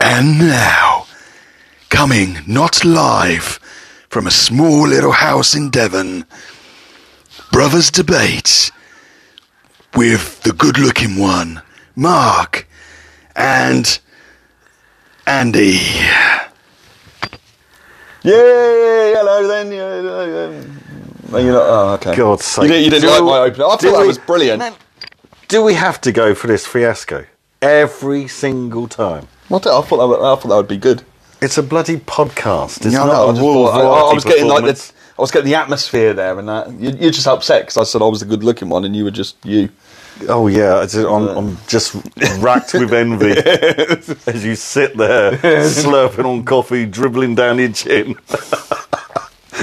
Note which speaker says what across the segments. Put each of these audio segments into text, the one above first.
Speaker 1: And now, coming not live from a small little house in Devon, Brothers Debate with the good looking one, Mark, and Andy.
Speaker 2: Yay! Hello then. yeah, yeah, yeah. Are you not? Oh, okay.
Speaker 3: God's sake.
Speaker 2: You didn't, you didn't
Speaker 3: Do-
Speaker 2: like my opener. I thought
Speaker 3: do
Speaker 2: that
Speaker 3: we-
Speaker 2: was brilliant.
Speaker 3: Do we have to go for this fiasco every single time?
Speaker 2: What? I thought that would, I thought that would be good.
Speaker 3: It's a bloody podcast. It's
Speaker 2: Yeah, I know, I
Speaker 3: not
Speaker 2: just
Speaker 3: a wall
Speaker 2: thought- I, I
Speaker 3: variety
Speaker 2: was getting like
Speaker 3: performance.
Speaker 2: the, I was getting the atmosphere there and that. You, you're just upset because I said I was the good looking one and you were just you.
Speaker 3: Oh yeah, I just- I'm, I'm just racked with envy as you sit there slurping on coffee, dribbling down your chin.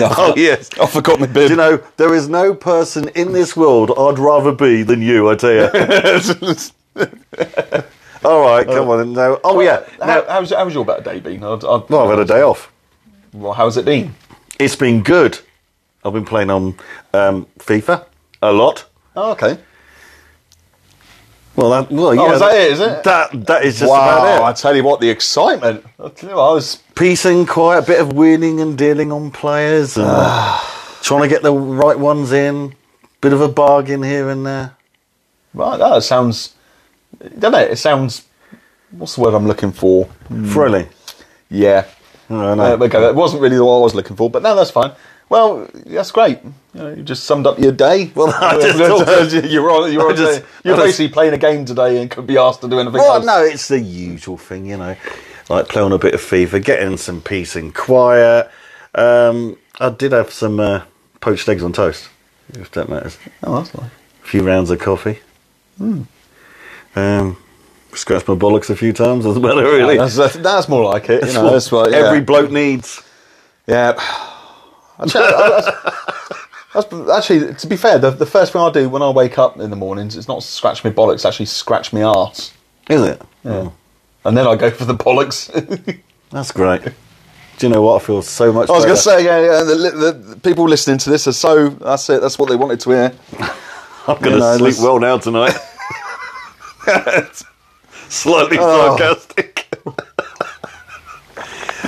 Speaker 3: Oh yes,
Speaker 2: I forgot my
Speaker 3: Do
Speaker 2: bib.
Speaker 3: you know there is no person in this world I'd rather be than you. I tell you. All right, come on. No. Oh yeah.
Speaker 2: how,
Speaker 3: No.
Speaker 2: how's, how's your better day been? I've, I've,
Speaker 3: Well, I've had a day off.
Speaker 2: well, how's it been?
Speaker 3: It's been good. I've been playing on um, FIFA a lot.
Speaker 2: Oh, okay.
Speaker 3: Well, that, well, yeah.
Speaker 2: Oh, is that it, is it?
Speaker 3: That that is just
Speaker 2: wow! I
Speaker 3: about it.
Speaker 2: tell you what, the excitement. I tell you what, I was
Speaker 3: Peace and quiet, a bit of wheeling and dealing on players, and
Speaker 2: Ah.
Speaker 3: trying to get the right ones in. Bit of a bargain here and there.
Speaker 2: right. That sounds. Don't know. It sounds. What's the word I'm looking for?
Speaker 3: Thrilling.
Speaker 2: Yeah.
Speaker 3: I know.
Speaker 2: Uh, okay, that wasn't really what I was looking for, but no, that's fine. Well, that's great. You, know, you just summed up your day. Well,
Speaker 3: I just thought-
Speaker 2: you're on. You're,
Speaker 3: I
Speaker 2: on
Speaker 3: just-
Speaker 2: the- you're
Speaker 3: I just-
Speaker 2: basically playing a game today and could be asked to do anything
Speaker 3: Well,
Speaker 2: else.
Speaker 3: no, it's the usual thing, you know, like playing a bit of FIFA, getting some peace and quiet. Um, I did have some uh, poached eggs on toast, if that matters.
Speaker 2: Oh, that's fine.
Speaker 3: A few rounds of coffee.
Speaker 2: Hmm.
Speaker 3: Um, scratched my bollocks a few times as well, really.
Speaker 2: That's, that's, that's more like it. You
Speaker 3: That's
Speaker 2: know,
Speaker 3: what
Speaker 2: that's what, yeah.
Speaker 3: every bloke needs.
Speaker 2: Yeah. Actually, that's- that's- actually, to be fair, the, the first thing I do when I wake up in the mornings is not scratch me bollocks, actually scratch me arse.
Speaker 3: Is it? Oh,
Speaker 2: Yeah. And then I go for the bollocks.
Speaker 3: That's great. Do you know what? I feel so much
Speaker 2: I was
Speaker 3: better.
Speaker 2: going to say, yeah, yeah the, li- the, the people listening to this are so, that's it, that's what they wanted to hear.
Speaker 3: I'm going to
Speaker 2: you know,
Speaker 3: sleep
Speaker 2: this-
Speaker 3: well now tonight. Slightly sarcastic.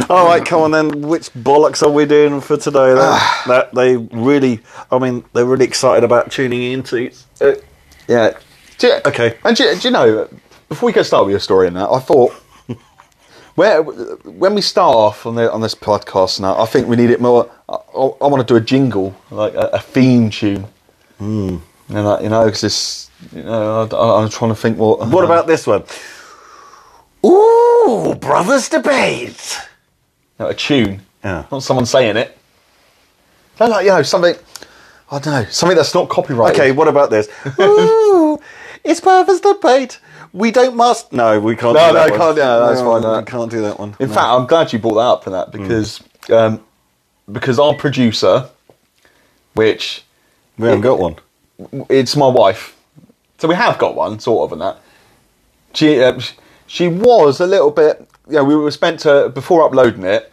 Speaker 3: All right, come on then. Which bollocks are we doing for today? Then? that they really, I mean, they're really excited about tuning into.
Speaker 2: Uh, yeah. Do you,
Speaker 3: Okay.
Speaker 2: And do you, do you know, before we get started with your story and that, I thought, where when we start off on the on this podcast now, I think we need it more. I, I want to do a jingle, like a, a theme tune.
Speaker 3: Hmm.
Speaker 2: Mm. And I, you know, because it's, you know, I, am trying to think what.
Speaker 3: What about this one? Uh-huh. Ooh, brothers debate.
Speaker 2: No, a tune?
Speaker 3: Yeah.
Speaker 2: Not someone saying it. No, like you know something. I don't know something that's not copyrighted.
Speaker 3: Okay, what about this? Ooh, it's brothers debate. We don't must. No, we can't.
Speaker 2: No,
Speaker 3: do that
Speaker 2: no,
Speaker 3: one.
Speaker 2: can't- yeah, that's fine, no.
Speaker 3: We can't do that one.
Speaker 2: In
Speaker 3: No.
Speaker 2: fact, I'm glad you brought that up for that because um, because our producer, which
Speaker 3: we haven't got one.
Speaker 2: it's my wife, so we have got one sort of, and that she uh, sh- she was a little bit. Yeah, we were spent to before uploading it.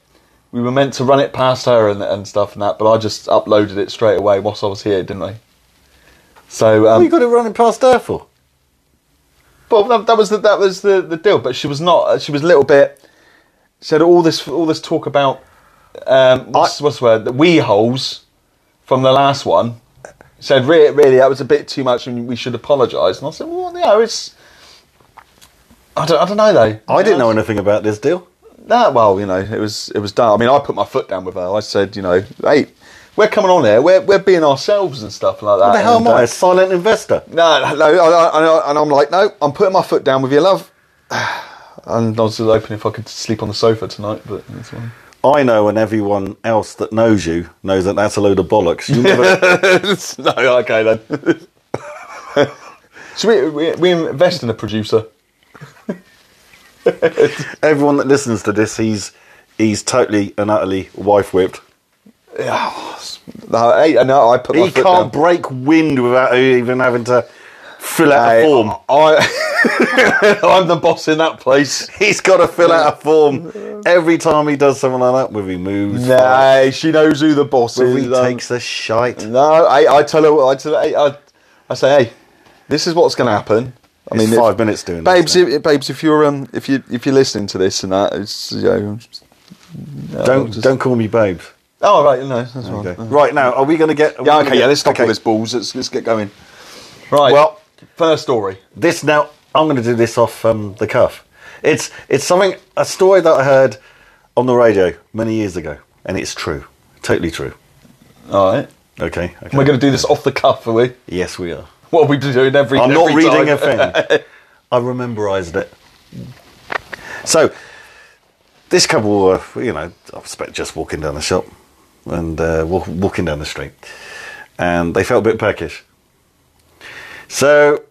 Speaker 2: We were meant to run it past her and, and stuff and that, but I just uploaded it straight away whilst I was here, didn't I? So,
Speaker 3: What
Speaker 2: um,
Speaker 3: Oh, you got it running past her for?
Speaker 2: Well, that, that was the, that was the, the deal. But she was not. She was a little bit. She had all this all this talk about um, what's, what's the word the wee holes from the last one. Said really, really that was a bit too much, and we should apologise. And I said, well, yeah, it's. I don't, I don't know though.
Speaker 3: I didn't know anything about this deal.
Speaker 2: Nah, well, you know, it was it was done. I mean, I put my foot down with her. I said, you know, hey, we're coming on here. We're we're being ourselves and stuff like that.
Speaker 3: What the hell
Speaker 2: And,
Speaker 3: am I?
Speaker 2: uh,
Speaker 3: A silent investor?
Speaker 2: no, no, no, I- I- I- and I'm like, no, I'm putting my foot down with you, love. And I was just hoping if I could sleep on the sofa tonight, but that's fine.
Speaker 3: I know, and everyone else that knows you knows that that's a load of bollocks. You never,
Speaker 2: no, okay then. so we, we we invest in a producer.
Speaker 3: everyone that listens to this, he's he's totally and utterly wife whipped.
Speaker 2: No, hey, no, I put my
Speaker 3: He
Speaker 2: foot
Speaker 3: can't
Speaker 2: down.
Speaker 3: break wind without even having to fill out
Speaker 2: Hey,
Speaker 3: a form.
Speaker 2: I, I'm the boss in that place.
Speaker 3: He's got to fill out a form every time he does something like that. With he moves, fast,
Speaker 2: Nay, she knows who the boss
Speaker 3: whether
Speaker 2: is.
Speaker 3: he
Speaker 2: um,
Speaker 3: takes a shite.
Speaker 2: No, I, I tell her, I tell her, I, I say, hey, this is what's going to happen. I
Speaker 3: It's
Speaker 2: mean,
Speaker 3: five
Speaker 2: if-
Speaker 3: minutes doing
Speaker 2: babes.
Speaker 3: this,
Speaker 2: If, babes, if you're um, if you if you're listening to this and that, it's you know, just- no,
Speaker 3: Don't
Speaker 2: just-
Speaker 3: don't call me babe.
Speaker 2: Oh right, no, that's fine.
Speaker 3: Okay. Right now, are we going to get? are we
Speaker 2: Yeah,
Speaker 3: gonna
Speaker 2: okay,
Speaker 3: get-
Speaker 2: yeah. Let's stop
Speaker 3: okay.
Speaker 2: all this balls. Let's let's get going. Right.
Speaker 3: Well-
Speaker 2: first story.
Speaker 3: this now i'm going to do this off um, the cuff it's it's something a story that i heard on the radio many years ago and it's true totally true
Speaker 2: All right.
Speaker 3: okay, okay.
Speaker 2: We're going to do this off the cuff, are we?
Speaker 3: yes we are
Speaker 2: What are we doing every?
Speaker 3: i'm not
Speaker 2: every
Speaker 3: reading
Speaker 2: time?
Speaker 3: a thing i rememberized it so this couple were you know i expect just walking down the shop and uh, wa- walking down the street and they felt a bit peckish so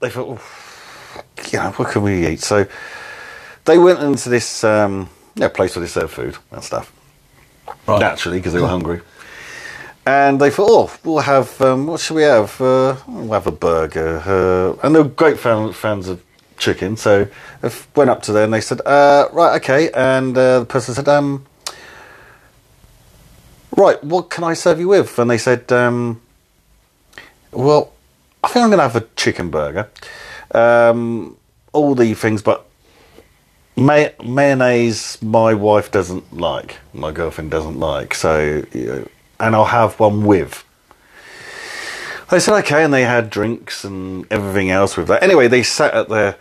Speaker 3: they thought "Oh, you know, what can we eat? So they went into this um, yeah, place where they serve food and stuff.
Speaker 2: Right.
Speaker 3: Naturally, because they were hungry. And they thought, oh, we'll have, um, what should we have? Uh, we'll have a burger. Uh, and they're great fan, fans of chicken. So I f- went up to them and they said, uh, right, okay. And uh, the person said, um, right, what can I serve you with? And they said, um, well, I think I'm going to have a chicken burger. Um, all the things, but may- mayonnaise my wife doesn't like, my girlfriend doesn't like. So, you know, and I'll have one with. They said okay, and they had drinks and everything else with that. Anyway, they sat at their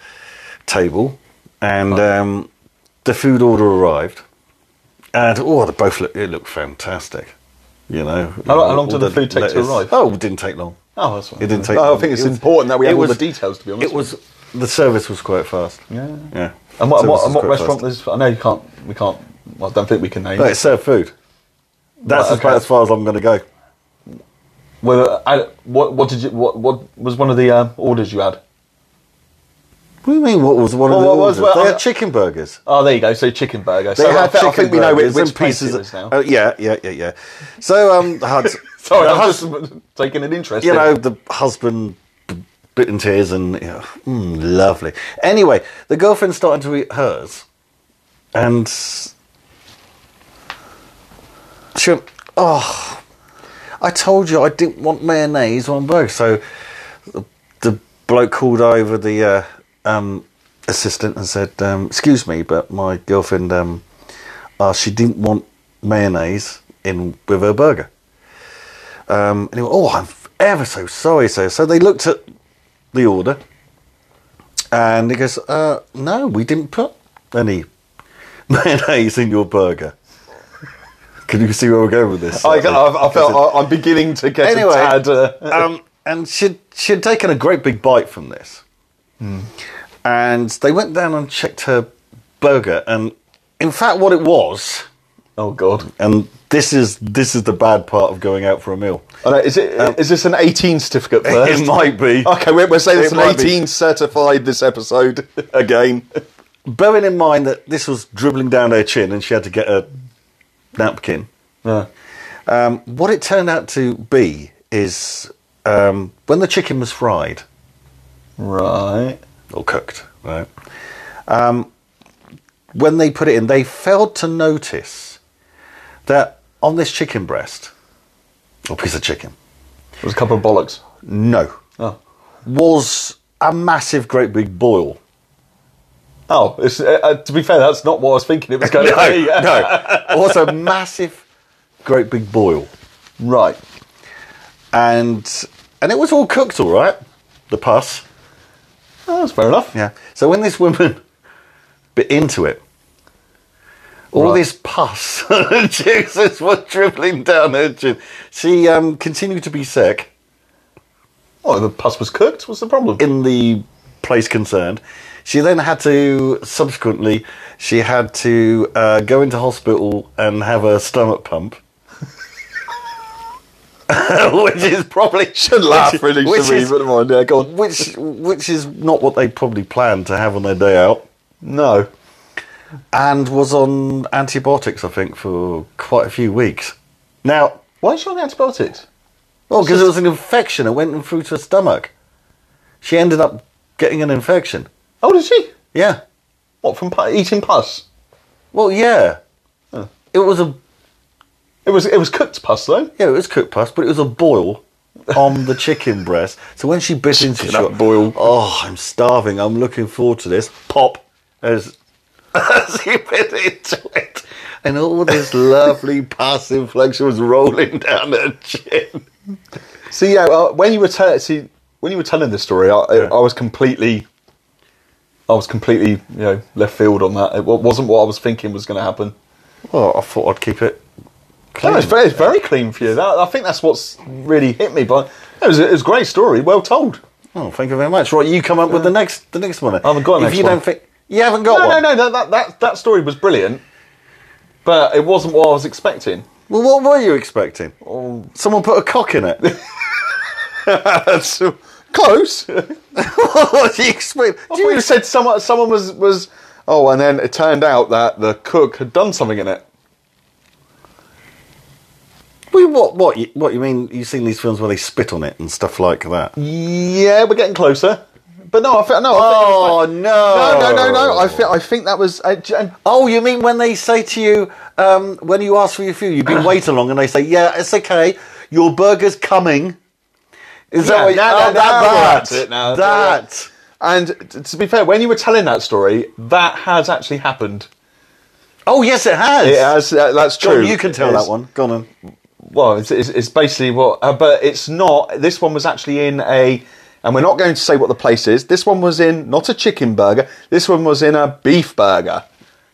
Speaker 3: table, and um, the food order arrived. And oh, they both look, it looked fantastic. You know,
Speaker 2: How long- how long
Speaker 3: all
Speaker 2: did the food take to
Speaker 3: lettuce-
Speaker 2: arrive?
Speaker 3: Oh, it didn't take long.
Speaker 2: Oh, that's fine.
Speaker 3: It didn't take.
Speaker 2: Oh, I
Speaker 3: long.
Speaker 2: think it's
Speaker 3: It was-
Speaker 2: important that we
Speaker 3: it
Speaker 2: have all
Speaker 3: was-
Speaker 2: the details. To be honest,
Speaker 3: It was the service was quite fast.
Speaker 2: Yeah.
Speaker 3: yeah.
Speaker 2: And what, and what,
Speaker 3: Service was
Speaker 2: and what
Speaker 3: quite
Speaker 2: restaurant
Speaker 3: fast.
Speaker 2: is? I know you can't. We can't. Well, I don't think we can name.
Speaker 3: No, it
Speaker 2: it.
Speaker 3: served food. That's
Speaker 2: Right,
Speaker 3: about
Speaker 2: okay.
Speaker 3: as far as I'm going to go.
Speaker 2: Well, I, what, what did you? What, what was one of the um, orders you had?
Speaker 3: What do you mean? What was one of
Speaker 2: Well, what
Speaker 3: the
Speaker 2: was-
Speaker 3: orders?
Speaker 2: well, uh,
Speaker 3: they
Speaker 2: I-
Speaker 3: had chicken burgers.
Speaker 2: Oh, there you go. So chicken burger.
Speaker 3: They
Speaker 2: so
Speaker 3: had
Speaker 2: I, think- I
Speaker 3: chicken
Speaker 2: think we know which,
Speaker 3: burgers and
Speaker 2: which pieces
Speaker 3: pieces
Speaker 2: it is now.
Speaker 3: Oh, yeah, yeah, yeah, yeah. So um, the hus-
Speaker 2: Sorry,
Speaker 3: the
Speaker 2: I'm
Speaker 3: hus-
Speaker 2: just taking an interest.
Speaker 3: you
Speaker 2: in-
Speaker 3: know the husband b- bit in tears and yeah, mm, lovely. Anyway, the girlfriend started to eat hers, and she went, oh, I told you I didn't want mayonnaise on both. So the, the bloke called over the uh, um, assistant and said, um, "Excuse me, but my girlfriend, um, uh, she didn't want mayonnaise in with her burger." Um, and he went, "Oh, I'm ever so sorry, sir." So they looked at the order, and he goes, uh, "No, we didn't put any mayonnaise in your burger." Can you see where we're going with this?
Speaker 2: I, I, I felt I, I'm beginning to get
Speaker 3: anyway,
Speaker 2: a tad. Uh,
Speaker 3: um, and she'd, she'd taken a great big bite from this.
Speaker 2: Hmm.
Speaker 3: And they went down and checked her burger. And in fact, what it was,
Speaker 2: oh God!
Speaker 3: and this is, this is the bad part of going out for a meal.
Speaker 2: I know, is it? Is this an 18 certificate first?
Speaker 3: It might be.
Speaker 2: Okay, we're, we're saying
Speaker 3: It
Speaker 2: it's an
Speaker 3: might be.
Speaker 2: 18 certified this episode again.
Speaker 3: Bearing in mind that this was dribbling down her chin and she had to get a napkin.
Speaker 2: Yeah.
Speaker 3: Um, what it turned out to be is um, when the chicken was fried,
Speaker 2: Right.
Speaker 3: or cooked, right? Um, when they put it in, they failed to notice that on this chicken breast or piece of chicken,
Speaker 2: It was a couple of bollocks.
Speaker 3: no,
Speaker 2: Oh.
Speaker 3: was a massive, great big boil.
Speaker 2: Oh, it's, uh, uh, to be fair, that's not what I was thinking. It was going to be.
Speaker 3: No, no, it was a massive, great big boil,
Speaker 2: Right.
Speaker 3: and and it was all cooked, all right. The pus,
Speaker 2: Oh, that's fair enough.
Speaker 3: yeah. So when this woman bit into it. All
Speaker 2: Right.
Speaker 3: this pus and juices were dribbling down her chin. She um, continued to be sick
Speaker 2: Oh, the pus was cooked. What's the problem?
Speaker 3: in the place concerned. She then had to, subsequently, she had to uh, go into hospital and have her stomach pump. which is probably
Speaker 2: should laugh really,
Speaker 3: which
Speaker 2: should we?
Speaker 3: is-
Speaker 2: But never mind, yeah, go on.
Speaker 3: which which is not what they probably planned to have on their day out,
Speaker 2: No.
Speaker 3: and was on antibiotics I think for quite a few weeks. Now,
Speaker 2: Why is she on antibiotics?
Speaker 3: Oh, because it was an infection. It went in through to her stomach. She ended up getting an infection.
Speaker 2: Oh, did she?
Speaker 3: Yeah.
Speaker 2: What, from pu- eating pus?
Speaker 3: Well, yeah. It was a
Speaker 2: It was it was cooked pus, though.
Speaker 3: yeah. It was cooked pus, but it was a boil on the chicken breast. So when she bit into it, she
Speaker 2: up
Speaker 3: went,
Speaker 2: boil.
Speaker 3: Oh, I'm starving. I'm looking forward to this. Pop as as he bit into it, and all this lovely passive flexion was rolling down her chin.
Speaker 2: See, yeah, well, when you were telling, see, when you were telling this story, I, I, I was completely, I was completely, you know, left field on that. It wa- wasn't what I was thinking was going to happen.
Speaker 3: Well, I thought I'd keep it. Clean.
Speaker 2: No, it's very, it's very clean for you. That, I think that's what's really hit me. But it was, it was a great story, well told.
Speaker 3: Oh, thank you very much. Right, you come up with the next the next one. then.
Speaker 2: I haven't got a
Speaker 3: if
Speaker 2: next
Speaker 3: you
Speaker 2: one.
Speaker 3: don't think you haven't got
Speaker 2: no,
Speaker 3: one.
Speaker 2: no, no, that, that that that story was brilliant, but it wasn't what I was expecting.
Speaker 3: Well, what were you expecting? Someone put a cock in it.
Speaker 2: That's close.
Speaker 3: what do you expect?
Speaker 2: I
Speaker 3: Do you
Speaker 2: thought you said someone someone was was oh, and then it turned out that the cook had done something in it.
Speaker 3: Well, what, what, you, what you mean? You've seen these films where they spit on it and stuff like that.
Speaker 2: Yeah, we're getting closer. But no, I think no. I
Speaker 3: Oh,
Speaker 2: think
Speaker 3: no.
Speaker 2: no, no, no, no. I think I think that was. Uh, j- and
Speaker 3: Oh, you mean when they say to you, um, when you ask for your food, you've been waiting long, and they say, "Yeah, it's okay, your burger's coming." Is
Speaker 2: Yeah,
Speaker 3: that what?
Speaker 2: no, no,
Speaker 3: oh,
Speaker 2: no,
Speaker 3: that,
Speaker 2: that's it now.
Speaker 3: that.
Speaker 2: and t- to be fair, when you were telling that story, that has actually happened.
Speaker 3: Oh yes, it has.
Speaker 2: It has. Uh, that's
Speaker 3: Go on,
Speaker 2: true.
Speaker 3: you can tell
Speaker 2: It's-
Speaker 3: that one. Go on. then.
Speaker 2: Well, it's, it's, it's basically what, uh, but it's not. This one was actually in a, and we're not going to say what the place is. This one was in not a chicken burger. This one was in a beef burger.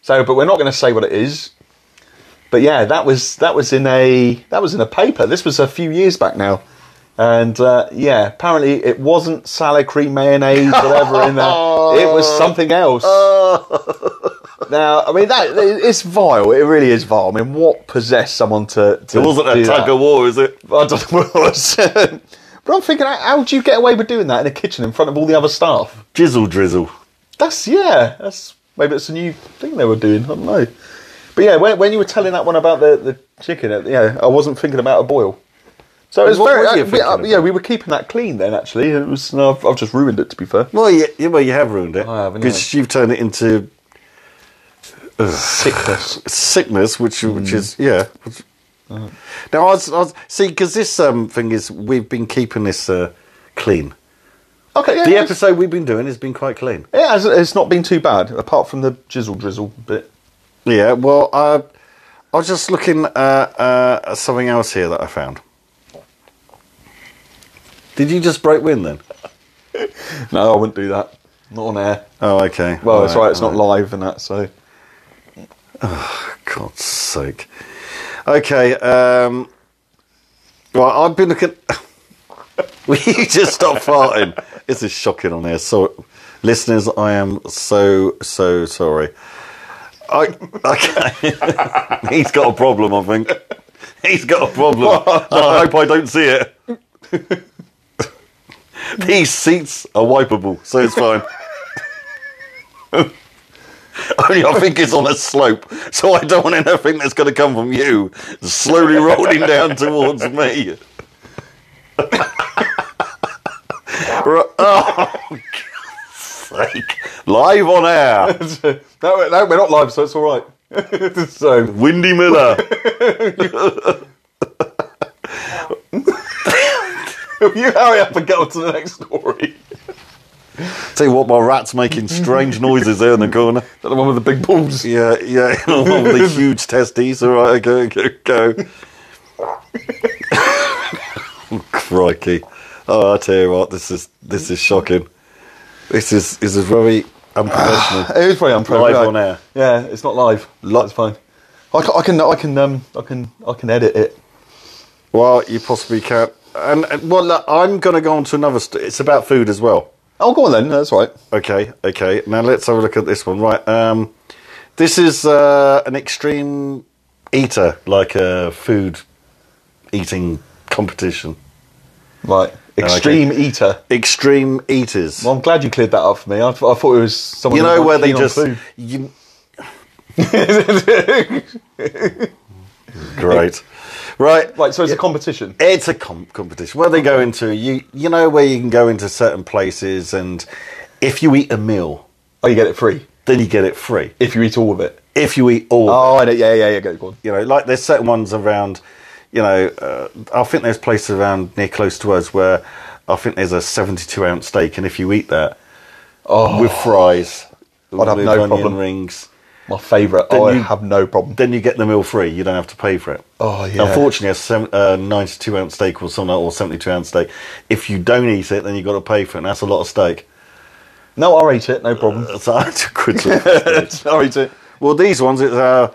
Speaker 2: So, but we're not going to say what it is. But yeah, that was that was in a that was in a paper. This was a few years back now, and uh, yeah, apparently it wasn't salad cream mayonnaise whatever in there. It was something else. now, I mean that it's vile. It really is vile. I mean, what possessed someone to? to do that?
Speaker 3: war, is it?
Speaker 2: I don't know what it was. but I'm thinking, how- how do you get away with doing that in a kitchen in front of all the other staff?
Speaker 3: Jizzle drizzle.
Speaker 2: That's yeah. That's maybe it's a new thing they were doing. I don't know. But yeah, when, when you were telling that one about the, the chicken, uh, yeah, I wasn't thinking about a boil. So it was
Speaker 3: What
Speaker 2: very
Speaker 3: were you
Speaker 2: uh, we-
Speaker 3: thinking
Speaker 2: uh,
Speaker 3: about?
Speaker 2: yeah. We were keeping that clean then. Actually, it was. No, I've, I've just ruined it. To be fair,
Speaker 3: Well, you, you- well, you have ruined it
Speaker 2: I have, yeah.
Speaker 3: because you've turned it into
Speaker 2: sickness.
Speaker 3: sickness, which which is yeah. which- Uh-huh. Now I was, I was see because this um, thing is we've been keeping this uh, clean.
Speaker 2: Okay, yeah,
Speaker 3: The
Speaker 2: it's-
Speaker 3: episode we've been doing has been quite clean.
Speaker 2: it has, it's not been too bad apart from the jizzle drizzle bit.
Speaker 3: Yeah. Well, uh, I was just looking uh, uh, at something else here that I found. Did you just break wind then?
Speaker 2: No, I wouldn't do that. Not on air.
Speaker 3: Oh, okay.
Speaker 2: Well, it's all right. It's not live and that. So
Speaker 3: God's sake. Okay. Um, well, I've been looking. Will you just stop farting? This is shocking on here. So, listeners, I am so so sorry. I, okay. He's got a problem. I think he's got a problem. I hope I don't see it. These seats are wipeable, so it's fine. Only I think it's on a slope, so I don't want anything that's going to come from you slowly rolling down towards me. Ri- oh, God's sake. Live on air,
Speaker 2: no, no, we're not live, so it's all right. so
Speaker 3: Windy Miller.
Speaker 2: you hurry up and get on to the next story.
Speaker 3: Tell you what, my rat's making strange noises there in the corner.
Speaker 2: Is that the one with the big balls?
Speaker 3: Yeah, yeah, all the huge testes. All right, go, go, go. Crikey! Oh, I tell you what, this is this is shocking. This is this is very unprofessional.
Speaker 2: It is very unprofessional.
Speaker 3: Live on air.
Speaker 2: Yeah, it's not live. That's fine. I ca- I can, I can, um, I can, I can edit it.
Speaker 3: well, you possibly can't. And, and well, look, I'm going to go on to another. St- it's about food as well.
Speaker 2: Oh, go on then. That's right.
Speaker 3: Okay, okay. Now let's have a look at this one. Right, um, this is uh, an extreme eater, like a food eating competition. Oh,
Speaker 2: Right. Extreme eater.
Speaker 3: extreme eaters.
Speaker 2: Well, I'm glad you cleared that up for me. I, th- I thought it was someone.
Speaker 3: you
Speaker 2: who
Speaker 3: know
Speaker 2: was
Speaker 3: where they
Speaker 2: keen on
Speaker 3: just
Speaker 2: food.
Speaker 3: you. Great, right?
Speaker 2: right. So it's a competition.
Speaker 3: It's a com- competition where they go into you. You know where you can go into certain places, and if you eat a meal,
Speaker 2: Oh, you get it free
Speaker 3: then you get it free.
Speaker 2: if you eat all of it.
Speaker 3: If you eat all,
Speaker 2: Oh, I know. Yeah, yeah, yeah. Go, go on.
Speaker 3: you know, like there's certain ones around. you know, uh, I think there's places around near close to us where I think there's a 72 ounce steak, and if you eat that with fries,
Speaker 2: Oh. I'd have
Speaker 3: with
Speaker 2: no
Speaker 3: onion
Speaker 2: problem.
Speaker 3: rings,
Speaker 2: My favourite. Oh,
Speaker 3: Then
Speaker 2: I
Speaker 3: you-
Speaker 2: have no problem.
Speaker 3: then you get the meal free. You don't have to pay for it.
Speaker 2: Oh, yeah.
Speaker 3: Unfortunately, a seven, uh, 92 ounce steak or something, or 72 ounce steak, if you don't eat it, then you've got to pay for it, and that's a lot of steak.
Speaker 2: No, I'll eat it. No problem.
Speaker 3: That's a hundred quid worth of steak.
Speaker 2: I'll eat it.
Speaker 3: Well, these ones, it's a,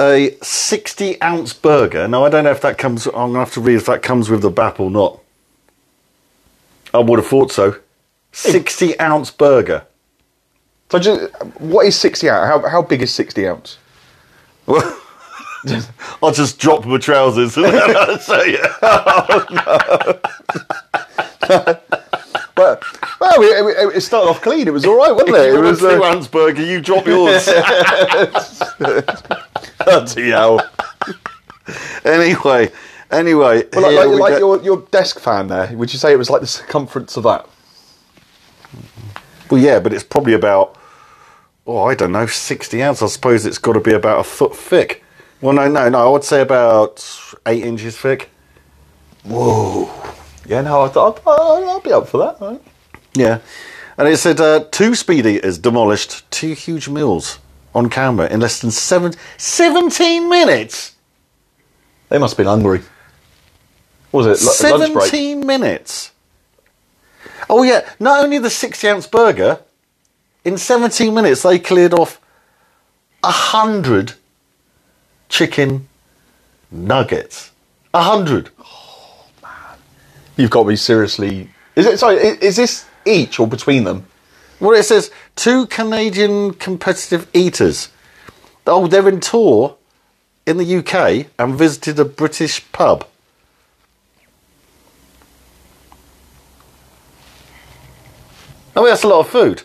Speaker 3: a 60 ounce burger. Now, I don't know if that comes, I'm going to have to read if that comes with the BAP or not. I would have thought so. 60 ounce burger.
Speaker 2: So, just, what is sixty ounce? How how big is sixty ounce?
Speaker 3: I'll just drop my trousers. so, yeah.
Speaker 2: But well, it, it, it started off clean. It was all right, wasn't it?
Speaker 3: You
Speaker 2: It
Speaker 3: want a
Speaker 2: was uh,
Speaker 3: two ounce burger, you drop yours. Bloody hell. Anyway, anyway.
Speaker 2: Well, like
Speaker 3: here
Speaker 2: like,
Speaker 3: we
Speaker 2: like
Speaker 3: go.
Speaker 2: your, your desk fan there, would you say it was like the circumference of that?
Speaker 3: Well, yeah, but it's probably about, oh, I don't know, 60 ounce. I suppose it's got to be about a foot thick. Well, no, no, no. I would say about eight inches thick.
Speaker 2: Yeah, no, I thought I'll, I'll, I'll be up for that. all Right?
Speaker 3: Yeah. And it said uh, two speed eaters demolished two huge meals on camera in less than seven, 17 minutes.
Speaker 2: They must have been hungry. What was it lu- lunch break?
Speaker 3: 17 minutes. Oh, yeah. Not only the 60 ounce burger, in 17 minutes, they cleared off 100 chicken nuggets. 100.
Speaker 2: You've got to be seriously. Is it? Sorry, is, is this each or between them?
Speaker 3: Well, it says two Canadian competitive eaters. Oh, they're in tour in the UK and visited a British pub. I mean, Oh, that's a lot of food.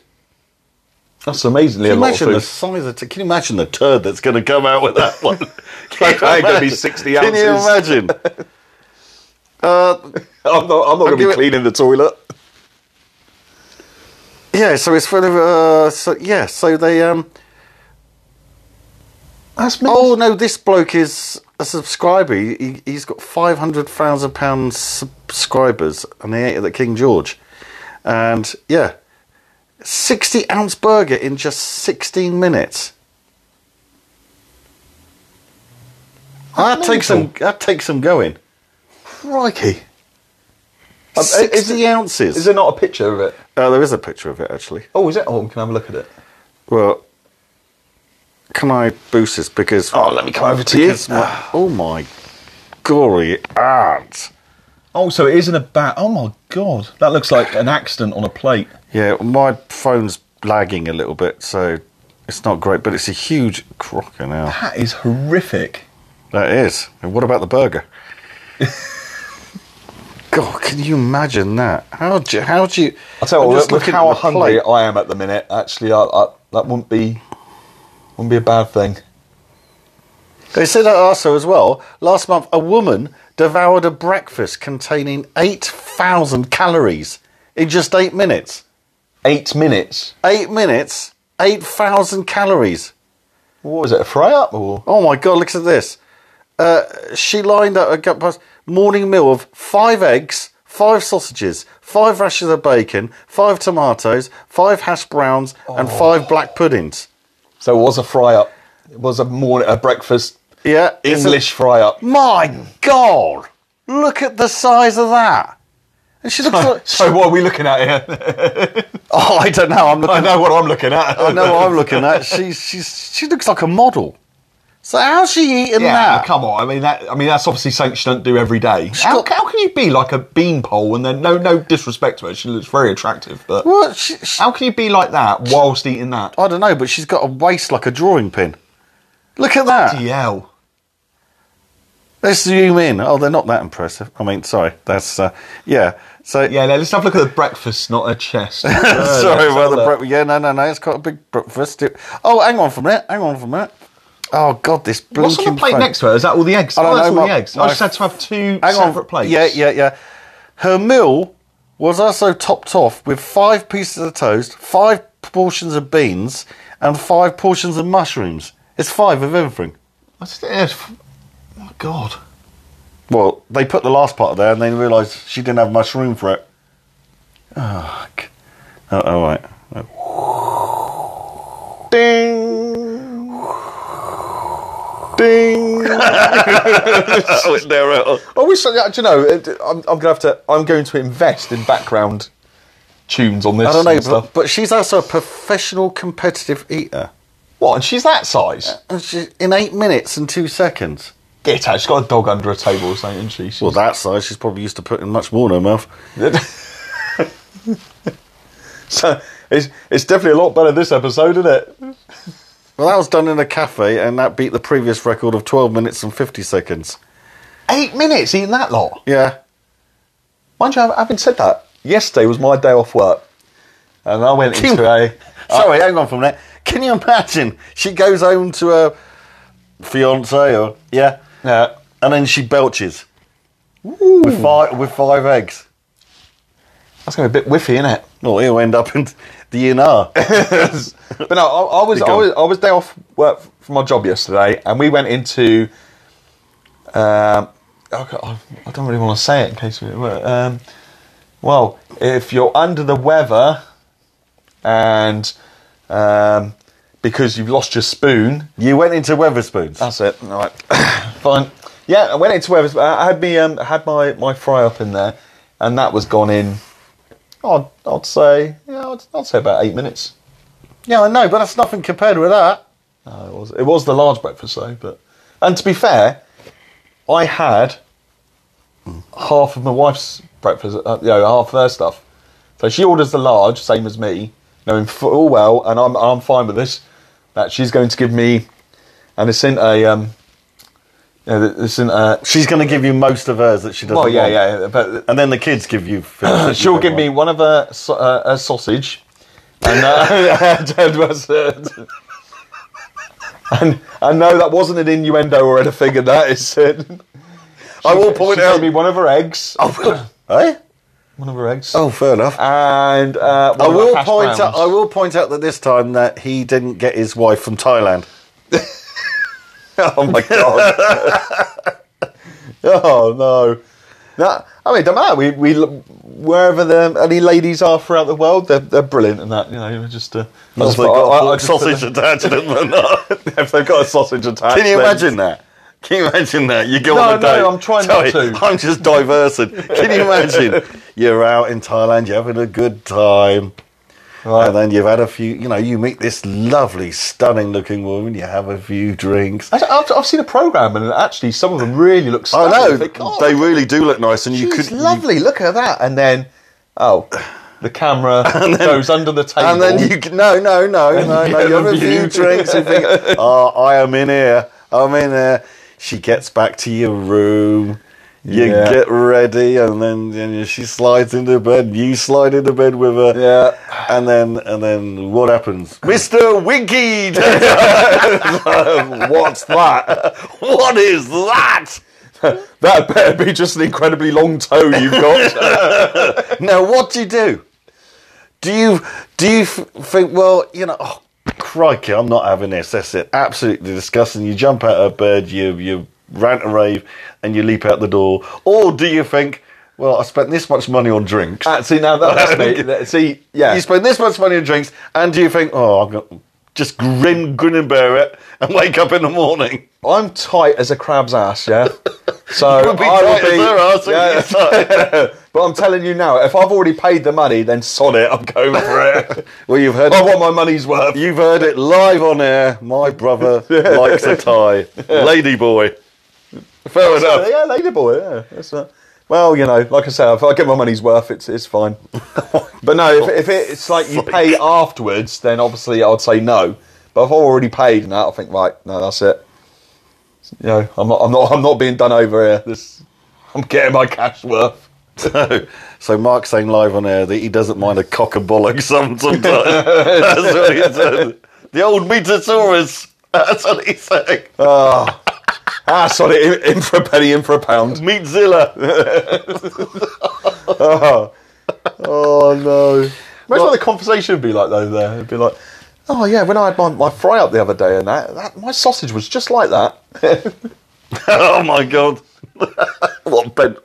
Speaker 2: That's amazingly
Speaker 3: Can
Speaker 2: a
Speaker 3: you
Speaker 2: lot of
Speaker 3: imagine the
Speaker 2: food.
Speaker 3: size of? T- can you imagine the turd that's going to come out with that one? Can you
Speaker 2: Ain't gonna be
Speaker 3: imagine?
Speaker 2: 60
Speaker 3: Can you
Speaker 2: ounces.
Speaker 3: imagine?
Speaker 2: I'm not. I'm not going to
Speaker 3: give
Speaker 2: be
Speaker 3: it-
Speaker 2: cleaning the toilet.
Speaker 3: yeah, so it's full of. Uh, so yeah, so they. Um,
Speaker 2: That's me.
Speaker 3: oh no, this bloke is a subscriber. He, he's got five hundred thousand pounds subscribers, and he ate it at King George, and yeah, sixty ounce burger in just sixteen minutes. That takes some. That takes some going. Uh,
Speaker 2: crikey! Um, is it-
Speaker 3: 60 ounces.
Speaker 2: Is there not a picture of it?
Speaker 3: Uh, there is a picture of it actually.
Speaker 2: Oh, is it? Oh, we can have a look at it.
Speaker 3: Well, can I boost this because?
Speaker 2: Oh, let me come over to you.
Speaker 3: Because my- oh my, gory aunt.
Speaker 2: Oh, so it isn't a bat. Oh my god, that looks like an accident on a plate.
Speaker 3: Yeah, my phone's lagging a little bit, so it's not great. But it's a huge crocker now.
Speaker 2: That is horrific.
Speaker 3: That is. And what about the burger? God, can you imagine that? How do you, how do you?
Speaker 2: I tell you
Speaker 3: I'm
Speaker 2: what,
Speaker 3: just
Speaker 2: with, with
Speaker 3: looking
Speaker 2: how
Speaker 3: at the
Speaker 2: hungry
Speaker 3: plate.
Speaker 2: I am at the minute, actually, I, I, that wouldn't be wouldn't be a bad thing.
Speaker 3: They said that also as well. Last month, a woman devoured a breakfast containing 8,000 calories in just eight minutes.
Speaker 2: Eight minutes.
Speaker 3: Eight minutes, 8,000 calories.
Speaker 2: What was it? A fry up or?
Speaker 3: Oh my God, look at this. Uh, she lined up a gut past morning meal of five eggs, five sausages, five rashers of bacon, five tomatoes, five hash browns, and five black puddings.
Speaker 2: So it was a fry up. It was a morning, a breakfast
Speaker 3: Yeah. it's a-
Speaker 2: English fry up.
Speaker 3: My God! Look at the size of that. And she looks like.
Speaker 2: So what are we looking at here?
Speaker 3: oh, I don't know. I'm
Speaker 2: I
Speaker 3: looking.
Speaker 2: know what I'm looking at.
Speaker 3: I know what I'm looking at. She's she's she looks like a model. So how's she eating
Speaker 2: Yeah,
Speaker 3: that?
Speaker 2: come on. I mean, that. I mean, that's obviously something she don't do every day. How,
Speaker 3: got-
Speaker 2: how can you be like a beanpole? And then, no, no disrespect to her, she looks very attractive, but
Speaker 3: What? She, she,
Speaker 2: how can you be like that whilst eating that?
Speaker 3: I don't know, but she's got a waist like a drawing pin. Look at that.
Speaker 2: DL.
Speaker 3: Let's zoom in. Oh, they're not that impressive. I mean, sorry. That's uh, yeah. So
Speaker 2: Yeah, now let's have a look at the breakfast, not her chest.
Speaker 3: sorry about the breakfast. Yeah, no, no, no. It's quite a big breakfast. It- Oh, hang on for a minute. Hang on for a minute. Oh God, this blinking
Speaker 2: What's on the plate
Speaker 3: phone.
Speaker 2: next to her? Is that all the eggs?
Speaker 3: I don't
Speaker 2: oh, that's
Speaker 3: know,
Speaker 2: all
Speaker 3: my-
Speaker 2: the eggs.
Speaker 3: my-
Speaker 2: I just had to have two
Speaker 3: Hang
Speaker 2: separate
Speaker 3: on.
Speaker 2: plates.
Speaker 3: Yeah, yeah, yeah. Her meal was also topped off with five pieces of toast, five portions of beans, and five portions of mushrooms. It's five of everything.
Speaker 2: That's- yeah, it's f- my god.
Speaker 3: Well, they put the last part there and they realised she didn't have much room for it. Oh, c- oh, all right.
Speaker 2: Ding. Ding.
Speaker 3: Oh, there it
Speaker 2: I wish. I, do you know? it- I'm, I'm gonna have to. I'm going to invest in background tunes on this.
Speaker 3: I don't know,
Speaker 2: and stuff.
Speaker 3: but, but she's also a professional competitive eater.
Speaker 2: What? And she's that size.
Speaker 3: And she, in eight minutes and two seconds.
Speaker 2: Get out. She's got a dog under a table or something, isn't she? She's-
Speaker 3: Well, that size, she's probably used to putting much more in her mouth.
Speaker 2: so it's it's definitely a lot better this episode, isn't it?
Speaker 3: Well, that was done in a cafe, and that beat the previous record of 12 minutes and 50 seconds.
Speaker 2: Eight minutes eating that lot.
Speaker 3: Yeah.
Speaker 2: Mind you, having said that, yesterday was my day off work, and I went
Speaker 3: Can-
Speaker 2: into a.
Speaker 3: Sorry, hang on for a minute. Can you imagine? She goes home to her fiance, or yeah,
Speaker 2: Yeah.
Speaker 3: and then she belches with five with five eggs.
Speaker 2: That's going to be a bit whiffy, isn't it?
Speaker 3: Well, he'll end up in the ENR.
Speaker 2: but no, I, I was
Speaker 3: Go
Speaker 2: I
Speaker 3: on.
Speaker 2: was I was day off work from my job yesterday, and we went into. Um, oh God, I I don't really want to say it in case we. Um, well, if you're under the weather, and um, because you've lost your spoon,
Speaker 3: you went into Weatherspoons.
Speaker 2: that's it. All right, fine. Yeah, I went into Weathers. I had me um, had my my fry up in there, and that was gone in. I'd, I'd say yeah, I'd, I'd say about eight minutes.
Speaker 3: yeah, I know, but that's nothing compared with that.
Speaker 2: No, Uh, it was it was the large breakfast though, but and to be fair, I had half of my wife's breakfast, uh, you know, half of her stuff. So she orders the large, same as me, knowing full well, and I'm I'm fine with this. That she's going to give me, and this isn't a um, you know, th- this isn't a
Speaker 3: She's going to give you most of hers that she doesn't.
Speaker 2: well, yeah,
Speaker 3: want.
Speaker 2: yeah, but
Speaker 3: And then the kids give you. things that you
Speaker 2: she'll
Speaker 3: don't
Speaker 2: give me
Speaker 3: want.
Speaker 2: one of her so- uh, a sausage, and uh, and, and, was, uh, and and no, that wasn't an innuendo or anything. And that is it.
Speaker 3: I will
Speaker 2: She
Speaker 3: point
Speaker 2: gave
Speaker 3: out.
Speaker 2: me one of her eggs.
Speaker 3: Eh?
Speaker 2: One of her eggs.
Speaker 3: Oh, fair enough.
Speaker 2: And uh,
Speaker 3: I
Speaker 2: one of her
Speaker 3: will
Speaker 2: hash
Speaker 3: point out.
Speaker 2: browns.
Speaker 3: I will point out that this time that he didn't get his wife from Thailand.
Speaker 2: Oh my god. oh no. No, I mean, don't matter. We, we, l- wherever the any ladies are throughout the world, they're, they're brilliant and that. You know, you're just. Uh, I
Speaker 3: That's
Speaker 2: just-
Speaker 3: like
Speaker 2: I- I- I
Speaker 3: got
Speaker 2: just put
Speaker 3: sausage
Speaker 2: them-
Speaker 3: attached to them or not.
Speaker 2: if they've got a sausage attached.
Speaker 3: Can you
Speaker 2: then-
Speaker 3: imagine that? Can you imagine that? You go
Speaker 2: No,
Speaker 3: on a
Speaker 2: no,
Speaker 3: date.
Speaker 2: I'm trying not
Speaker 3: Sorry,
Speaker 2: to.
Speaker 3: I'm just diversing. Can you imagine? You're out in Thailand, you're having a good time,
Speaker 2: Right.
Speaker 3: and then you've had a few. You know, you meet this lovely, stunning-looking woman. You have a few drinks.
Speaker 2: Actually, I've, I've seen a program and actually some of them really look.
Speaker 3: I
Speaker 2: stunning.
Speaker 3: know
Speaker 2: They can't.
Speaker 3: they really do look nice, and you
Speaker 2: She's
Speaker 3: could
Speaker 2: lovely. Look at that. And then, oh, the camera goes under the table.
Speaker 3: And then you can- no no no no
Speaker 2: you
Speaker 3: no.
Speaker 2: get
Speaker 3: You have a
Speaker 2: reviewed.
Speaker 3: few drinks and think, oh, I am in here. I'm in here. She gets back to your room. You
Speaker 2: Yeah.
Speaker 3: get ready, and then and she slides into bed. You slide into bed with her.
Speaker 2: Yeah.
Speaker 3: And then and then what happens, Mister Winky? Um, What's that? What is that?
Speaker 2: that better be just an incredibly long toe you've got.
Speaker 3: Now, what do you do? Do you do you f- think? Well, you know, oh, crikey, I'm not having this. That's it. Absolutely disgusting. You jump out of bed, you you rant and rave, and you leap out the door. Or do you think? Well, I spent this much money on drinks.
Speaker 2: Actually, Uh, now that, that's me. That- See, yeah.
Speaker 3: You spend this much money on drinks, and do you think? Oh, I'm gonna just grin, grin and bear it, and wake up in the morning.
Speaker 2: I'm tight as a crab's ass, yeah. So
Speaker 3: Would be
Speaker 2: I
Speaker 3: tight
Speaker 2: would
Speaker 3: as
Speaker 2: be,
Speaker 3: their arse,
Speaker 2: yeah.
Speaker 3: wouldn't it?
Speaker 2: but I'm telling you now, if I've already paid the money, then sod it. I'm going for it.
Speaker 3: Well, you've heard.
Speaker 2: I want my money's worth.
Speaker 3: You've heard it live on air. My brother likes a tie. Lady boy. Fair
Speaker 2: Yeah,
Speaker 3: enough.
Speaker 2: yeah, lady boy. Yeah, that's not. Well, you know, like I say, if I get my money's worth, it's it's fine. but no, if, if it's like you pay afterwards, then obviously I'd say no. But if I've already paid and that, I think right, no, that's it. You know, I'm not, I'm not, I'm not being done over here. This, I'm getting my cash worth.
Speaker 3: So, so Mark's saying live on air that he doesn't mind a cock and bollock some- sometimes. That's what he said. The old Metasaurus. That's what he's saying.
Speaker 2: Ah, sorry, in, in for a penny, in for a pound.
Speaker 3: Meatzilla.
Speaker 2: Oh no! Imagine what the conversation would be like though. There, it'd be like, oh yeah, when I had my, my fry up the other day and that, that my sausage was just like that.
Speaker 3: oh my god! what Ben?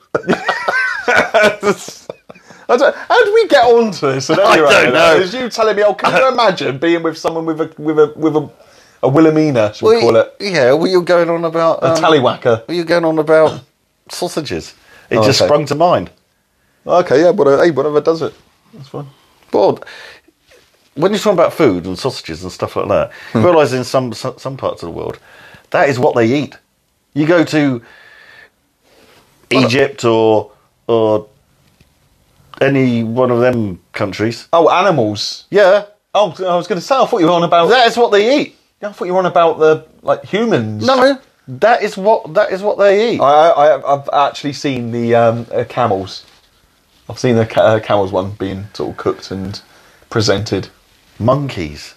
Speaker 2: I don't, how do we get onto this? I
Speaker 3: I don't know.
Speaker 2: Is you telling me? Oh, can you imagine being with someone with a with a with a, a Wilhelmina? Should we call it
Speaker 3: Yeah, were you going on about
Speaker 2: a tallywhacker?
Speaker 3: Were you going on about sausages? It
Speaker 2: Oh,
Speaker 3: just
Speaker 2: okay.
Speaker 3: sprung to mind.
Speaker 2: Okay, yeah, whatever. Hey, whatever does it. That's fine.
Speaker 3: But when you talk about food and sausages and stuff like that, you realise in some some some parts of the world, that is what they eat. You go to Egypt or or any one of them countries.
Speaker 2: Oh, animals.
Speaker 3: Yeah,
Speaker 2: Oh, I was going to say. I thought you were on about.
Speaker 3: that is what they eat.
Speaker 2: I thought you were on about the like humans.
Speaker 3: No, that is what that is what they eat.
Speaker 2: I, I I've actually seen the um, uh, camels. I've seen the ca- uh, camels one being sort of cooked and presented.
Speaker 3: Monkeys.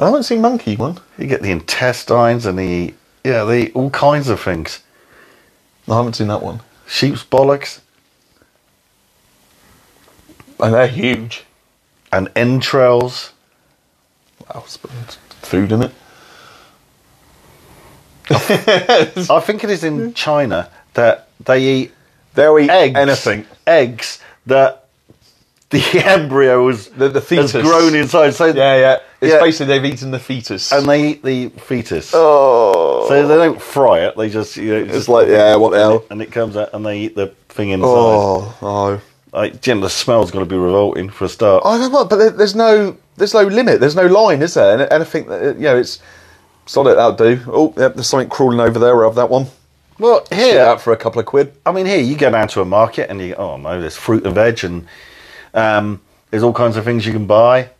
Speaker 2: I haven't seen monkey one.
Speaker 3: You get the intestines and the yeah, they eat all kinds of things.
Speaker 2: I haven't seen that one.
Speaker 3: Sheep's bollocks
Speaker 2: And they're huge.
Speaker 3: and entrails.
Speaker 2: Wow, Oh, it's food in it.
Speaker 3: I think it is in China that they eat
Speaker 2: They'll eat
Speaker 3: eggs.
Speaker 2: anything.
Speaker 3: Eggs that the embryo has,
Speaker 2: The- the
Speaker 3: has
Speaker 2: fetus.
Speaker 3: grown inside. So
Speaker 2: Yeah, yeah. It's
Speaker 3: Yeah.
Speaker 2: basically they've eaten the fetus.
Speaker 3: And they eat the fetus.
Speaker 2: oh,
Speaker 3: So they don't fry it, they just, you know, it's just-
Speaker 2: like yeah, what the hell?
Speaker 3: and it comes out and they eat the thing inside.
Speaker 2: Oh, oh.
Speaker 3: Like, Jim, the smell's going to be revolting for a start.
Speaker 2: I don't know, but there- there's no there's no limit. There's no line, is there? And anything that you know, it's sod it. That'll do. Oh, yep, there's something crawling over there. I'll have that one.
Speaker 3: well,
Speaker 2: Get
Speaker 3: here,
Speaker 2: that for a couple of quid.
Speaker 3: I mean, here you go down to a market and you, oh no, there's fruit and veg and um, there's all kinds of things you can buy.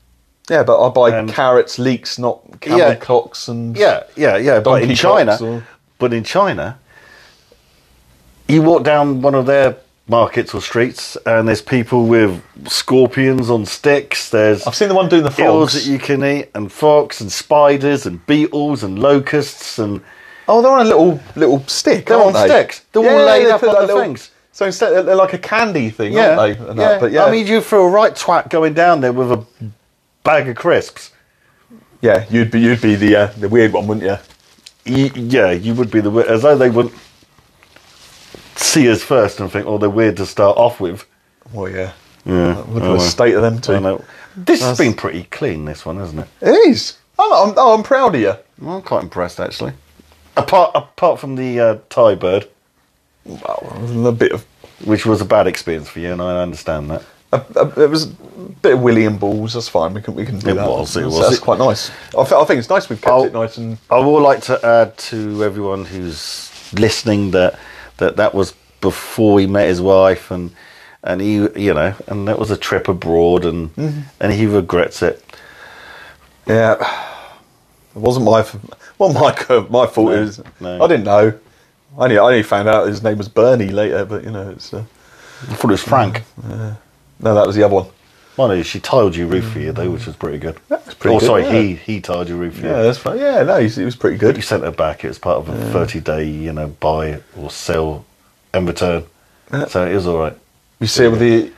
Speaker 2: Yeah, but I buy
Speaker 3: And-
Speaker 2: carrots, leeks, not camel
Speaker 3: Yeah.
Speaker 2: cocks, and
Speaker 3: Yeah, yeah, yeah. But in
Speaker 2: Donkey
Speaker 3: China,
Speaker 2: cocks or-
Speaker 3: but in China, you walk down one of their markets or streets and there's people with scorpions on sticks. There's
Speaker 2: I've seen the one doing the
Speaker 3: eels
Speaker 2: frogs.
Speaker 3: that you can eat and fox and spiders and beetles and locusts and
Speaker 2: Oh, they're on a little little stick.
Speaker 3: They're
Speaker 2: aren't
Speaker 3: on
Speaker 2: they?
Speaker 3: sticks. They're all laid
Speaker 2: they
Speaker 3: up
Speaker 2: put
Speaker 3: on
Speaker 2: that
Speaker 3: the
Speaker 2: little-
Speaker 3: things.
Speaker 2: So instead, they're- they're like a candy thing,
Speaker 3: yeah,
Speaker 2: aren't they? And
Speaker 3: yeah.
Speaker 2: That, but yeah,
Speaker 3: I mean, you feel right twat going down there with a bag of crisps.
Speaker 2: yeah, you'd be you'd be the uh, the weird one, wouldn't you?
Speaker 3: Y- yeah, you would be the weird. As though they wouldn't see us first and think, oh, they're weird to start off with.
Speaker 2: Well, yeah.
Speaker 3: Yeah.
Speaker 2: What a state of them
Speaker 3: I
Speaker 2: too.
Speaker 3: know. This has
Speaker 2: That's-
Speaker 3: been pretty clean, this one, hasn't it?
Speaker 2: It is. I'm, I'm, oh, I'm proud of you.
Speaker 3: I'm quite impressed, actually. Apart apart from the uh, Thai bird,
Speaker 2: Well, a bit of
Speaker 3: which was a bad experience for you, and I understand that.
Speaker 2: a, a, it was a bit of Willy and balls. That's fine. We can we can do
Speaker 3: It
Speaker 2: that.
Speaker 3: was, it
Speaker 2: So
Speaker 3: was.
Speaker 2: That's quite nice. I, th- I think it's nice we've kept
Speaker 3: I'll-
Speaker 2: it nice and
Speaker 3: I would like to add to everyone who's listening that that, that was before he met his wife, and and he you know, and that was a trip abroad, and and he regrets it.
Speaker 2: yeah. It wasn't my f- well my c- my fault.
Speaker 3: No,
Speaker 2: it was
Speaker 3: no.
Speaker 2: I didn't know. I only, I only found out his name was Bernie later, but you know it's uh,
Speaker 3: I thought it was Frank.
Speaker 2: no that was the other one.
Speaker 3: Well, no, she tiled you roof for you though, which was pretty good.
Speaker 2: That's pretty
Speaker 3: oh,
Speaker 2: good,
Speaker 3: sorry,
Speaker 2: yeah.
Speaker 3: he he tiled your roof for
Speaker 2: Yeah,
Speaker 3: you.
Speaker 2: that's fine. Yeah, no, he's, he was pretty
Speaker 3: You
Speaker 2: good.
Speaker 3: sent her back. It was part of a thirty-day, you know, buy or sell and return. So it was all right.
Speaker 2: You see it with the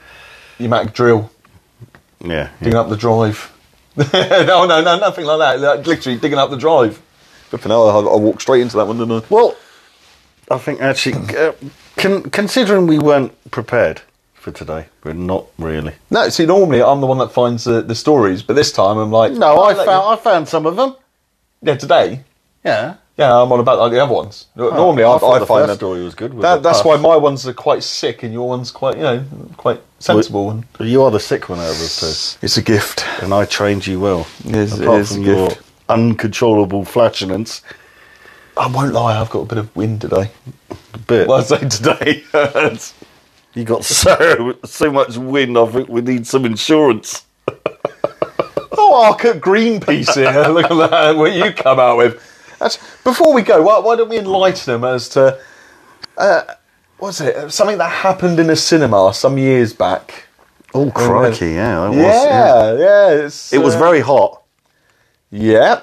Speaker 2: your Mac drill
Speaker 3: Yeah. yeah.
Speaker 2: digging up the drive. no, no, no, nothing like that. Like, literally digging up the drive. But for now, I, I walked straight into that one, didn't I?
Speaker 3: Well, I think
Speaker 2: Hmm.
Speaker 3: actually, uh, con- considering we weren't prepared for today, we're not really.
Speaker 2: No, see, normally I'm the one that finds the, the stories, but this time I'm like,
Speaker 3: No,
Speaker 2: "Oh,
Speaker 3: I
Speaker 2: like-
Speaker 3: found I found some of them.
Speaker 2: yeah today.
Speaker 3: Yeah.
Speaker 2: Yeah, I'm on about like, the other ones. normally, I,
Speaker 3: Oh, I thought
Speaker 2: I,
Speaker 3: the
Speaker 2: find
Speaker 3: first
Speaker 2: that-
Speaker 3: story was good with
Speaker 2: That,
Speaker 3: the
Speaker 2: that's
Speaker 3: puff.
Speaker 2: why my ones are quite sick, and your ones quite, you know, quite sensible. And
Speaker 3: But you are the sick one out of us
Speaker 2: it's a gift.
Speaker 3: two, and I trained you well.
Speaker 2: Yes, it
Speaker 3: Apart
Speaker 2: is a
Speaker 3: from your
Speaker 2: gift.
Speaker 3: uncontrollable flatulence,
Speaker 2: I won't lie, I've got a bit of wind today.
Speaker 3: but
Speaker 2: Well, I say today. It's-
Speaker 3: you got so so much wind. I think we need some insurance.
Speaker 2: oh, I'll cut Greenpeace here. Look at that. What you come out with. That's, before we go, why, why don't we enlighten them as to uh, what's it? Something that happened in a cinema some years back.
Speaker 3: Oh crikey! Yeah, it was,
Speaker 2: Yeah, yeah. It's,
Speaker 3: It was
Speaker 2: uh,
Speaker 3: very hot.
Speaker 2: Yeah.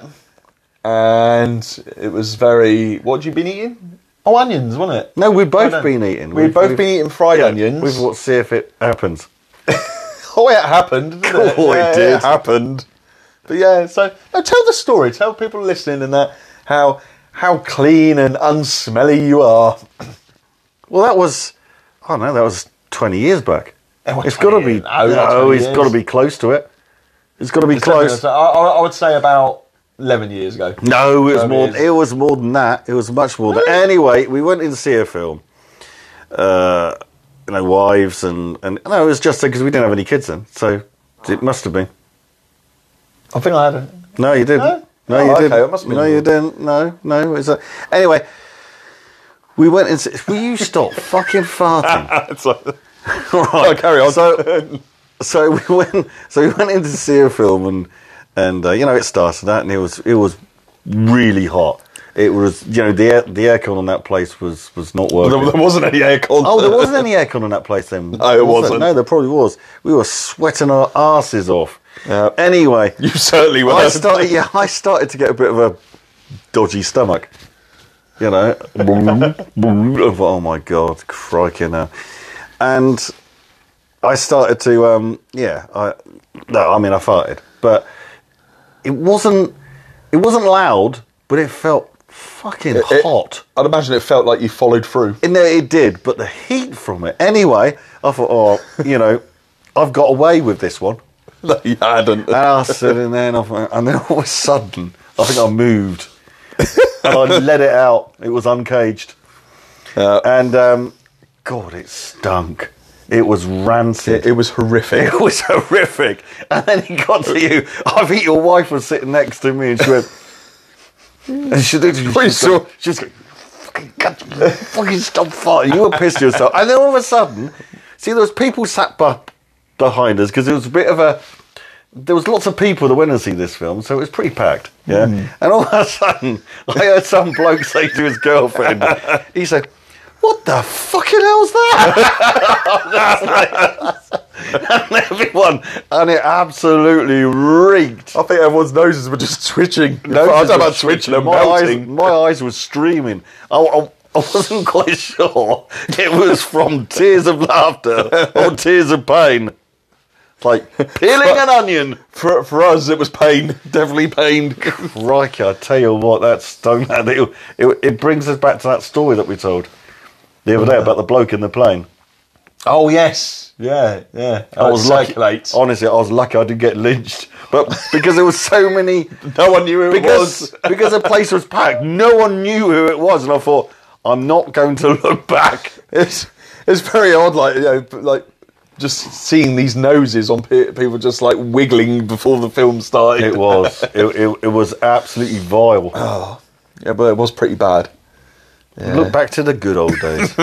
Speaker 2: And it was very. What had you been eating? Oh, onions, wasn't it?
Speaker 3: No, we've both
Speaker 2: No, no.
Speaker 3: been eating.
Speaker 2: We've, both been eating fried onions.
Speaker 3: We've what? See if it happens.
Speaker 2: oh, it happened. Didn't it?
Speaker 3: Oh, it
Speaker 2: Yeah,
Speaker 3: did.
Speaker 2: It happened. But yeah, so no, tell the story. Tell people listening and that how How clean and unsmelly you are.
Speaker 3: Oh, Well, that was, I don't know, that was 20 years back.
Speaker 2: Oh,
Speaker 3: it's got to
Speaker 2: 20
Speaker 3: be,
Speaker 2: years. No,
Speaker 3: no,
Speaker 2: not 20
Speaker 3: it's got to
Speaker 2: years.
Speaker 3: be close to it. It's got to be
Speaker 2: It's
Speaker 3: close.
Speaker 2: definitely- I, I I would say about 11 years ago.
Speaker 3: No, it was
Speaker 2: Oh,
Speaker 3: more.
Speaker 2: it is.
Speaker 3: It was more than that. It was much more. Than, anyway, we went in to see a film. Uh, you know, wives and and no, it was just because we didn't have any kids then, so it must have been.
Speaker 2: I think I had a.
Speaker 3: No, you didn't. No,
Speaker 2: No?
Speaker 3: you
Speaker 2: Oh, okay,
Speaker 3: didn't.
Speaker 2: it must have been
Speaker 3: no,
Speaker 2: more.
Speaker 3: you didn't. No, no. It's a, anyway. We went and. s- Will you stop fucking farting? All right.
Speaker 2: Oh, carry on.
Speaker 3: So, so we went. So we went in to see a film, and and uh, you know it started out, and it was it was really hot. It was you know the air, the aircon on that place was was not working.
Speaker 2: There wasn't any aircon.
Speaker 3: Oh, there wasn't any aircon in that place then. No,
Speaker 2: it wasn't.
Speaker 3: No, there probably was. We were sweating our asses off.
Speaker 2: Yeah.
Speaker 3: Anyway,
Speaker 2: You certainly were.
Speaker 3: I started. Yeah, I started to get a bit of a dodgy stomach. You know, Of, oh my god, crikey now, and I started to. Um, yeah, I no, I mean I farted, but it wasn't. It wasn't loud, but it felt fucking
Speaker 2: it-
Speaker 3: hot.
Speaker 2: I'd imagine it felt like you followed through.
Speaker 3: No, it did, but the heat from it. Anyway, I thought, oh, you know, I've got away with this one.
Speaker 2: No, you hadn't.
Speaker 3: And I was sitting there, and, I thought, and then all of a sudden, I think I moved. and I let it out. It was uncaged.
Speaker 2: Uh,
Speaker 3: And, um, God, it stunk. It was rancid.
Speaker 2: it was horrific.
Speaker 3: It was horrific. And then he got to you. I think your wife was sitting next to me and she went, and she looked at you.
Speaker 2: Pretty
Speaker 3: She's going,
Speaker 2: sure.
Speaker 3: she's going, fucking, God, fucking stop farting. You were pissed yourself. And then all of a sudden, see, there was people sat bu- behind us because it was a bit of a. There was lots of people that went and see this film, so it was pretty packed. Yeah, and all of a sudden, I heard some bloke say to his girlfriend, "He said, what the fucking hell's that?" and everyone, and it absolutely reeked.
Speaker 2: I think everyone's noses were just twitching. I
Speaker 3: Noses
Speaker 2: don't know
Speaker 3: were
Speaker 2: about twitching and
Speaker 3: my Eyes,
Speaker 2: melting.
Speaker 3: my eyes were streaming. I, I, I wasn't quite sure it was from tears of laughter or tears of pain. It's Like peeling an onion.
Speaker 2: For, for us, it was pain. Definitely pain.
Speaker 3: Crikey, I tell you what, that stung. That it, it, it brings us back to that story that we told the other day about the bloke in the plane.
Speaker 2: oh, yes. Yeah, yeah.
Speaker 3: I was lucky. Honestly, I was lucky I didn't get lynched, but because there was so many
Speaker 2: No one knew who
Speaker 3: because because the place was packed. No one knew who it was, and I thought I'm not going to look back.
Speaker 2: It's, it's very odd, like, you know, but, like just seeing these noses on pe- people just like wiggling before the film started.
Speaker 3: It was it, it, it was absolutely vile.
Speaker 2: Yeah, but it was pretty bad.
Speaker 3: Look back to the good old days.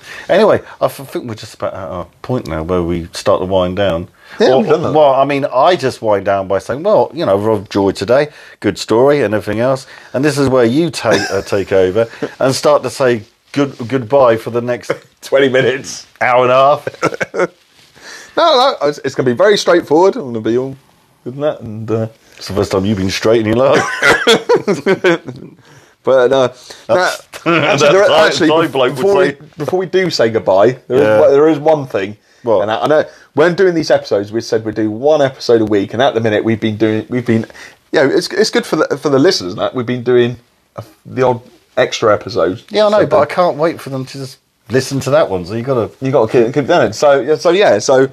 Speaker 3: anyway, I f- think we're just about at our point now where we start to wind down.
Speaker 2: Yeah,
Speaker 3: Or-
Speaker 2: we've done that.
Speaker 3: well, I mean, I just wind down by saying, well, you know, Rob Joy today, good story and everything else. And this is where you take uh, take over and start to say good goodbye for the next
Speaker 2: 20 minutes.
Speaker 3: hour and a half.
Speaker 2: No, no, it's, it's going to be very straightforward. I'm going to be all good and that. And, uh,
Speaker 3: It's the first time you've been straight in your life.
Speaker 2: but uh, no, actually, there-
Speaker 3: that's how
Speaker 2: actually,
Speaker 3: my
Speaker 2: bef-
Speaker 3: bloke would
Speaker 2: before, we, before we do say goodbye, there is
Speaker 3: Yeah.
Speaker 2: one- there is one thing.
Speaker 3: What?
Speaker 2: And I, I know when doing these episodes, we said we do one episode a week, and at the minute we've been doing we've been, you know, it's it's good for the for the listeners and that we've been doing a, the odd extra episode.
Speaker 3: Yeah, I know,
Speaker 2: So
Speaker 3: but I can't wait for them to just listen to that one. So you got to.
Speaker 2: you got to keep, keep doing it. So yeah, so yeah, so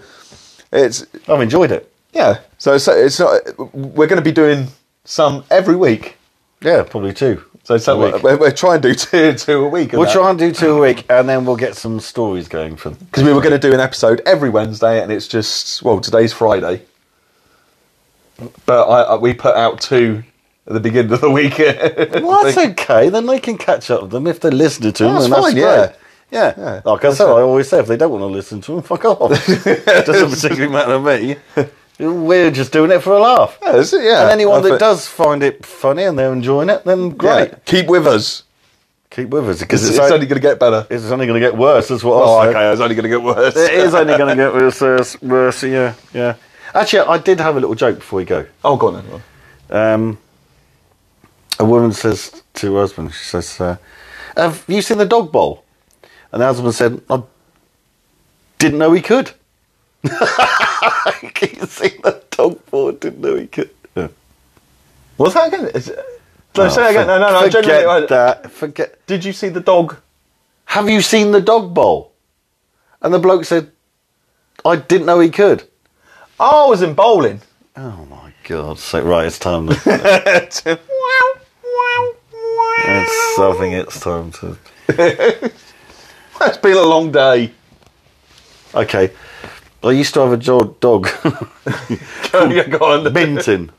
Speaker 2: it's
Speaker 3: I've enjoyed it.
Speaker 2: yeah, so so it's not. We're going to be doing some every week.
Speaker 3: Yeah, probably two.
Speaker 2: So, so
Speaker 3: A week.
Speaker 2: we're, we're trying to do two, two a week.
Speaker 3: We'll try and do two a week, and then we'll get some stories going for.
Speaker 2: because we were going to do an episode every Wednesday, and it's just well, today's Friday, but I, I, we put out two at the beginning of the week.
Speaker 3: Well, that's okay. Then they can catch up with them if they listen to them.
Speaker 2: That's
Speaker 3: and
Speaker 2: fine,
Speaker 3: that's
Speaker 2: yeah.
Speaker 3: great. Yeah.
Speaker 2: Yeah, Oh,
Speaker 3: Like I said, I always say if they don't want to listen to them, fuck off. it doesn't particularly matter to me. We're just doing it for a laugh.
Speaker 2: Yeah, that's it, yeah.
Speaker 3: And anyone
Speaker 2: I
Speaker 3: that
Speaker 2: think-
Speaker 3: does find it funny and they're enjoying it, then great.
Speaker 2: Yeah, keep with us.
Speaker 3: Keep with us because
Speaker 2: It's,
Speaker 3: it's,
Speaker 2: it's
Speaker 3: o-
Speaker 2: only going to get better.
Speaker 3: it's only going to get worse. That's what
Speaker 2: Oh,
Speaker 3: I said.
Speaker 2: okay, it's only going to get worse.
Speaker 3: It is only going to get worse, worse, worse. Yeah, yeah. Actually, I did have a little joke before we go.
Speaker 2: Oh, go on then. go on.
Speaker 3: Um, a woman says to her husband, she says, uh, "Have you seen the dog bowl?" And the husband said, "I didn't know he could." He's seen the dog bowl, didn't know he could. Yeah.
Speaker 2: What's that again? Is- No, say that again. No, no, no. I
Speaker 3: Forget
Speaker 2: genuinely,
Speaker 3: that. Forget.
Speaker 2: Did you see the dog?
Speaker 3: Have you seen the dog bowl? And the bloke said, I didn't know he could.
Speaker 2: Oh, I was in bowling.
Speaker 3: Oh my god! So right, it's time. To, it's, I think it's time to.
Speaker 2: It's been a long day.
Speaker 3: Okay, I used to have a jo- dog,
Speaker 2: yeah, go on.
Speaker 3: Minton.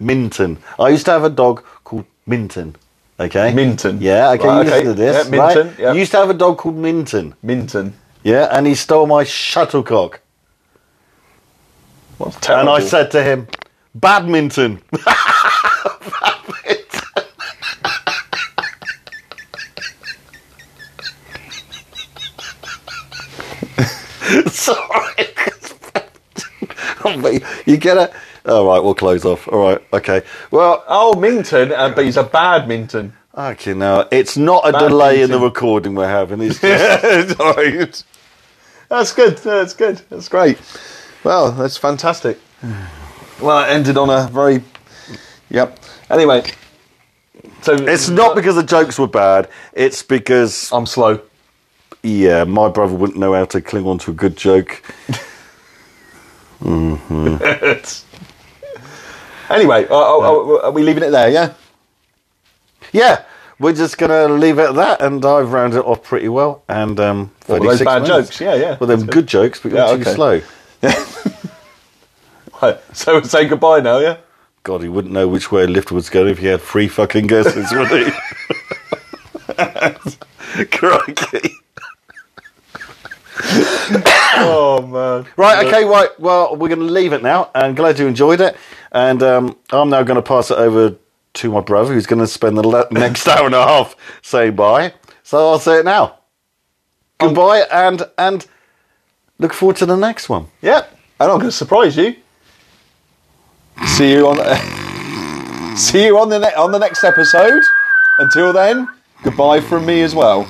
Speaker 3: Minton. I used to have a dog called Minton. Okay.
Speaker 2: Minton.
Speaker 3: Yeah. Okay.
Speaker 2: Right,
Speaker 3: you listen
Speaker 2: okay.
Speaker 3: to this.
Speaker 2: Yeah,
Speaker 3: right?
Speaker 2: Minton, yeah.
Speaker 3: You used to have a dog called Minton.
Speaker 2: Minton.
Speaker 3: Yeah, and he stole my shuttlecock.
Speaker 2: What's
Speaker 3: And
Speaker 2: terrible.
Speaker 3: I said to him, Badminton. Badminton. Sorry. Oh, but you get it? All right, we'll close off. All right, okay. Well,
Speaker 2: Oh, Minton, uh, but he's a bad Minton.
Speaker 3: okay, now it's not a delay in the
Speaker 2: Badminton.
Speaker 3: recording we're having. It's just,
Speaker 2: Sorry. That's good. That's good. That's great. Well, that's fantastic. Well, it ended on a very. Yep. Anyway. So
Speaker 3: it's not because the jokes were bad. It's because
Speaker 2: I'm slow.
Speaker 3: Yeah, my brother wouldn't know how to cling on to a good joke.
Speaker 2: anyway, uh, oh, oh, are we leaving it there? Yeah.
Speaker 3: Yeah, we're just gonna leave it at that, and I've rounded it off pretty well. And um,
Speaker 2: What were those
Speaker 3: 36
Speaker 2: bad
Speaker 3: minutes.
Speaker 2: jokes? Yeah, yeah.
Speaker 3: Well, them
Speaker 2: That's
Speaker 3: good jokes, but you're
Speaker 2: Yeah,
Speaker 3: too
Speaker 2: okay.
Speaker 3: slow.
Speaker 2: Right, So we'll say goodbye now. Yeah.
Speaker 3: God, he wouldn't know which way a lift was going if he had three fucking guesses, would he? Crikey.
Speaker 2: Oh man.
Speaker 3: Right, okay, right. Well, we're going to leave it now. And glad you enjoyed it. And um, I'm now going to pass it over to my brother, who's going to spend the le- next hour and a half saying bye. So I'll say it now. Goodbye, and and look forward to the next one.
Speaker 2: Yeah. And I'm going to surprise you. See you on. see you on the ne- on the next episode. Until then, goodbye from me as well.